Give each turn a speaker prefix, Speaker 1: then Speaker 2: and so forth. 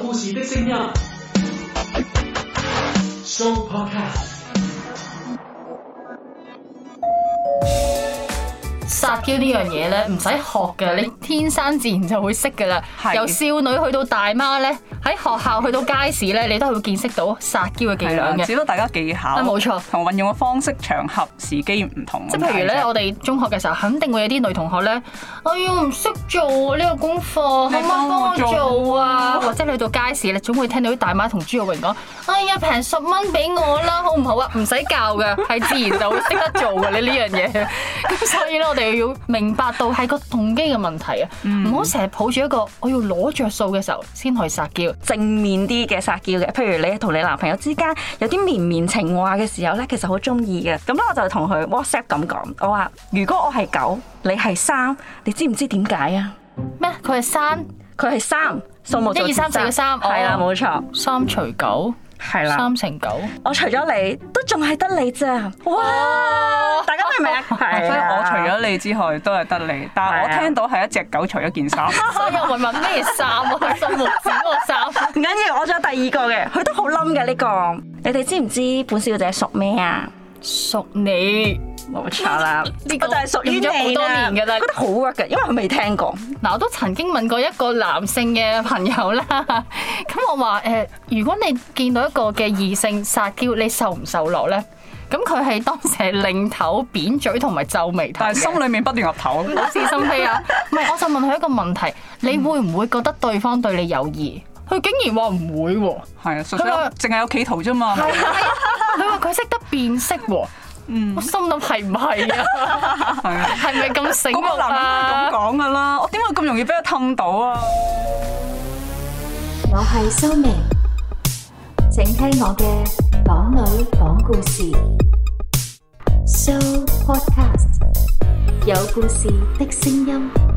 Speaker 1: 故事的聲音。Show Podcast。
Speaker 2: 撒嬌呢樣嘢咧，唔使學嘅，你天生自然就會識嘅啦。
Speaker 3: 係
Speaker 2: 由少女去到大媽咧，喺學校去到街市咧，你都係會見識到撒嬌嘅伎
Speaker 3: 係啦，
Speaker 2: 倆
Speaker 3: 只
Speaker 2: 嘅。
Speaker 3: 不過大家技巧
Speaker 2: 啊冇錯
Speaker 3: 同運用嘅方式、場合、時機唔同。
Speaker 2: 即係譬如咧，我哋中學嘅時候，肯定會有啲女同學咧，哎呀唔識做啊呢個功課，可唔可以
Speaker 3: 你幫我
Speaker 2: 幫我做啊？
Speaker 3: 做啊
Speaker 2: 或者你去到街市，你總會聽到啲大媽同朱玉榮講：哎呀平十蚊俾我啦，好唔好啊？唔使教嘅，係自然就會識得做嘅你呢樣嘢。咁所以咧，我哋要明白到係個動機嘅問題啊，唔好成日抱住一個我要攞着數嘅時候先去撒嬌。
Speaker 4: 正面啲嘅撒嬌嘅，譬如你同你男朋友之間有啲綿綿情話嘅時候咧，其實好中意嘅。咁咧我就同佢 WhatsApp 咁講，我話如果我係九，你係三，你知唔知點解啊？
Speaker 2: 咩？佢係三
Speaker 4: 佢係三，數目就
Speaker 2: 嗯一二三四嘅三哦
Speaker 4: 係啦，冇錯，
Speaker 2: 三除九，
Speaker 4: 係啦。
Speaker 2: 三乘九。
Speaker 4: 我除咗你，都仲係得你咋？哇！大家明 唔明啊？
Speaker 3: 即
Speaker 4: 係
Speaker 3: 係
Speaker 4: 啊
Speaker 3: 我除咗你之外，都係得你。但係
Speaker 4: 係啊啊
Speaker 3: 我聽到係一隻狗除咗 件衫，
Speaker 2: 所以我咪問咩衫啊？心目指個衫。
Speaker 4: 唔緊要，我仲有第二個嘅，佢都好冧嘅呢個。你哋知唔知本小姐屬咩啊？
Speaker 2: 屬你
Speaker 4: 冇錯啦，
Speaker 2: 呢
Speaker 4: 呢
Speaker 2: 個
Speaker 4: 個就係屬於
Speaker 2: 用咗好
Speaker 4: 你
Speaker 2: 多
Speaker 4: 啦。
Speaker 2: 年㗎啦
Speaker 4: 覺得好 work 嘅，因為佢未聽過。
Speaker 2: 嗱，我都曾經問過一個男性嘅朋友啦， 咁我話誒、如果你見到一個嘅異性撒嬌，你受唔受落咧？咁佢係當時係擰頭、扁嘴同埋皺眉頭
Speaker 3: 但係
Speaker 2: 嘅。
Speaker 3: 心裡面不斷岌頭。
Speaker 2: 好是心非啊！唔係，我就問佢一個問題：你會唔會覺得對方對你有意？佢竟然話唔 會喎、
Speaker 3: 係啊，純
Speaker 2: 佢
Speaker 3: 粹
Speaker 2: 話
Speaker 3: 淨係有企圖啫嘛。
Speaker 4: 啊
Speaker 2: 佢話佢識得辨識喎、我心諗係唔係啊？
Speaker 3: 係啊。
Speaker 2: 係咪咁醒
Speaker 3: 嗰
Speaker 2: 目
Speaker 3: 個男人
Speaker 2: 啊
Speaker 3: 都係咁？講噶啦，我點解咁容易俾佢氹到啊？
Speaker 5: 我係蘇明，請聽我嘅港女講故事，So Podcast 有故事的聲音。